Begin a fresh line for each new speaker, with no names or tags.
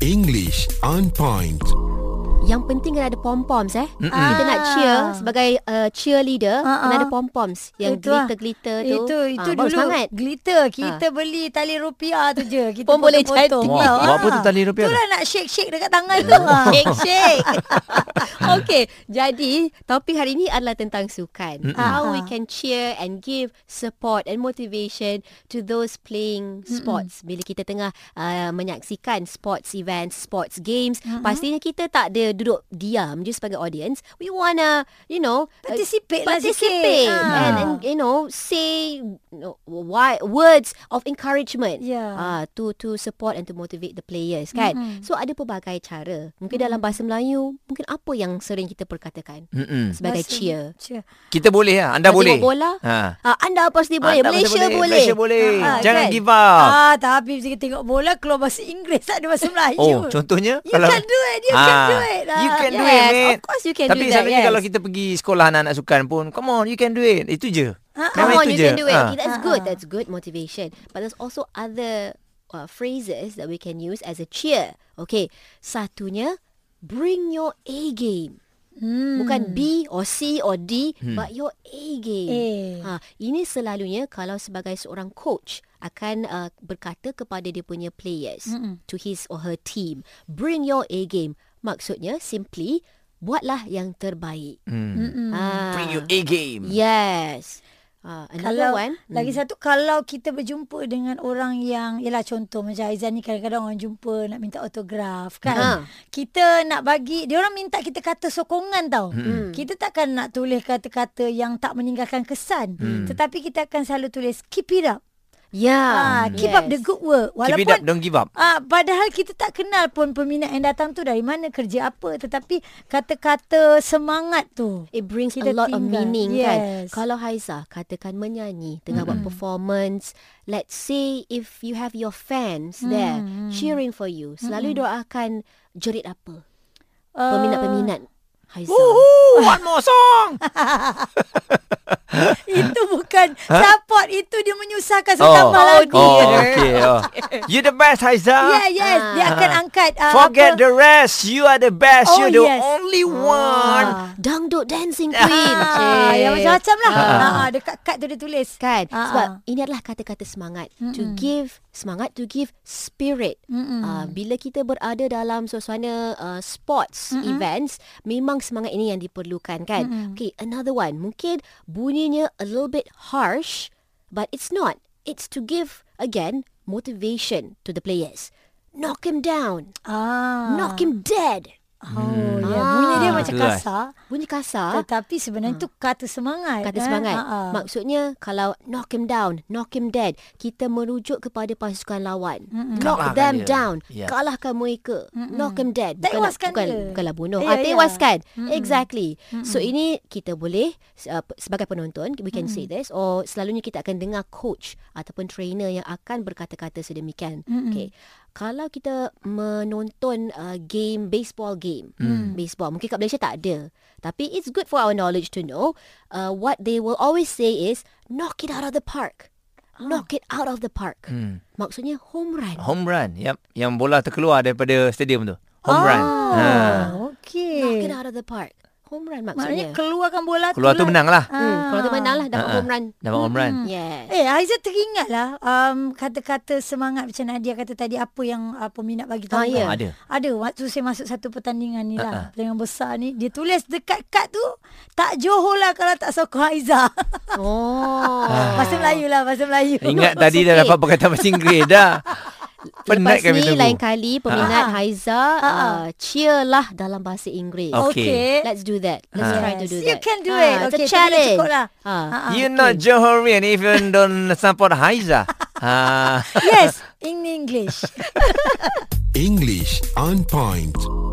English on point.
Yang penting kena ada pom-poms eh.
Mm-mm.
Kita nak
Ah.
cheer sebagai uh, cheerleader,
Ah,
kena
ah.
ada pom-poms yang
Itu ah.
glitter-glitter tu.
Itu itu
Ah, baru
dulu
semangat. Ah.
glitter kita beli tali rupiah tu je kita
Pun boleh
potong-potong.
jadi.
Ah.
Wah, buat
Ah. Itulah
apa
tu
tali rupiah tu?
nak shake-shake dekat tangan tu. Ah.
Shake shake. Okey, jadi topik hari ini adalah tentang sukan.
Mm-mm.
How we
Ah.
can cheer and give support and motivation to those playing sports. Bila kita tengah uh, menyaksikan sports events, sports games, pastinya kita tak ada duduk diam je sebagai audience. We wanna, you know, uh,
Participate lah sikit.
participate
Ah.
and, and you know say you know, why, words of encouragement
Yeah.
ah to to support and to motivate the players kan mm-hmm. so ada pelbagai cara mungkin mm-hmm. dalam bahasa Melayu mungkin apa yang sering kita perkatakan
Mm-mm.
sebagai
Bahasa-
cheer
Cheer.
Kita boleh lah. Anda
Kita
boleh.
tengok bola.
Ha.
ah anda pasti boleh
Anda
Malaysia boleh,
Malaysia boleh.
Ah,
Eh, Jangan
kan?
give up.
Ah, tapi kita tengok bola keluar bahasa Inggeris tak ada bahasa Melayu.
Oh, contohnya
You can do it, you can do it.
You
Ah,
can do it,
yes,
mate.
of course you can do
Tapi
that,
selalunya
yes.
kalau kita pergi sekolah anak-anak sukan pun, come on, you can do it. Itu je.
Ah,
Come
Memang
on,
itu
ha, you
je.
can do it.
Ah.
Okay, that's good. That's good motivation. But there's also other uh, phrases that we can use as a cheer. Okay, satunya bring your A game. Bukan B or C or D,
Hmm.
but your A game.
A.
Ha, ini selalunya kalau sebagai seorang coach akan uh, berkata kepada dia punya players mm to his or her team, bring your A game. Maksudnya simply buatlah yang terbaik. Mm. Ha.
Hmm. Bring your A game.
Yes. Uh, another
Kalau
one.
lagi satu kalau kita berjumpa dengan orang yang ialah contoh macam Aizan ni kadang-kadang orang jumpa nak minta autograf
Ha.
kan. Kita nak bagi dia orang minta kita kata sokongan tau.
Hmm.
Kita takkan nak tulis kata-kata yang tak meninggalkan kesan.
Hmm.
Tetapi kita akan selalu tulis keep it up.
Yeah. Mm.
Ah, keep up the good work.
Keep
Walaupun
it up, don't give up.
Ah, padahal kita tak kenal pun peminat yang datang tu dari mana, kerja apa. Tetapi kata-kata semangat tu.
It brings
Kita
a lot of
tinggal.
meaning
Yes.
kan. Kalau Haiza katakan menyanyi, tengah buat performance, let's say if you have your fans there cheering for you, selalu doakan jerit apa?
Ah,
Peminat-peminat Haiza.
Woohoo, one more song. Ha.
Itu bukan support, itu dia menyusahkan sesama
Oh.
lagi.
oh, okay. Oh. You the best, Haizah.
Yeah, yes. Dia
Ah.
akan angkat ah, apa?
Forget the rest. You are the best.
Oh,
You're the
yes.
only one.
Ah.
Dangdut dancing queen.
Ah,
Cik.
yang macam-macam lah.
Ah.
Ah. Ah, dekat kad tu dia tulis.
kan
Ah,
sebab
ah.
ini adalah kata-kata semangat mm to give semangat to give spirit
Mm-mm.
uh, bila kita berada dalam suasana uh, sports mm events memang semangat ini yang diperlukan kan mm okay another one mungkin bunyinya a little bit harsh but it's not it's to give again motivation to the players knock him down
Ah.
knock him dead
Oh, yeah. Bunyi dia
Ah.
macam
Itulah.
kasar.
bunyi kasar
Tetapi sebenarnya tu kata semangat.
Kata
eh.
semangat. Ha,
Ah, ah.
Maksudnya kalau knock him down, knock him dead, kita merujuk kepada pasukan lawan. Mm-mm. Knock
Kalahkan
them
dia.
down.
Ya.
Kalahkan mereka. Mm-mm. Knock him dead. Bukanlah-
Tewaskan
bukan,
dia.
Bukanlah bunuh.
Ya,
Yeah, ah,
ya.
tewaskan. Exactly. So ini kita boleh uh, pe- sebagai penonton we can say this or selalunya kita akan dengar coach ataupun trainer yang akan berkata-kata sedemikian. Okay. Kalau kita menonton uh, game baseball game,
Mm.
baseball mungkin kat Malaysia tak ada. Tapi it's good for our knowledge to know uh, what they will always say is knock it out of the park.
Ah.
Knock it out of the park. Maksudnya home run.
Home run. Yep. Yang bola terkeluar daripada stadium tu. Home run.
Ah.
Ha.
Oh,
Knock it
okay.
out of the park. Home run maksudnya.
Maknanya keluarkan bola
Keluar tu
lah.
menang lah.
Hmm, kalau tu menang lah dapat
Ah, ah.
home run.
Dapat home run.
Hmm. Yes.
Eh, Aiza teringat lah um, kata-kata semangat macam Nadia kata tadi apa yang uh, peminat bagi tahu.
Ah, ya.
kan?
Ada.
Ada. Waktu saya masuk satu pertandingan ni
Ha,
lah. Uh-huh. Pertandingan besar ni. Dia tulis dekat kad tu, tak Johor lah kalau tak sokong Aiza.
Ah.
Oh.
bahasa Melayu lah, bahasa Melayu.
Ingat tadi dah
Okey.
dapat perkataan bahasa Inggeris dah. Penat kan
Lepas
kami
ni
tunggu.
lain kali peminat
Ah.
Haiza uh, cheerlah dalam bahasa Inggris.
Oh.
Okay.
Okey.
Let's do that. Let's
Ah.
try to do
Yes,
that.
you can do
Ah,
it.
It's
Okay,
a
tu dah
challenge.
cukup lah.
Ah.
Ah,
You not Johorian if you don't support Haiza. Ha.
yes, in English.
English on point.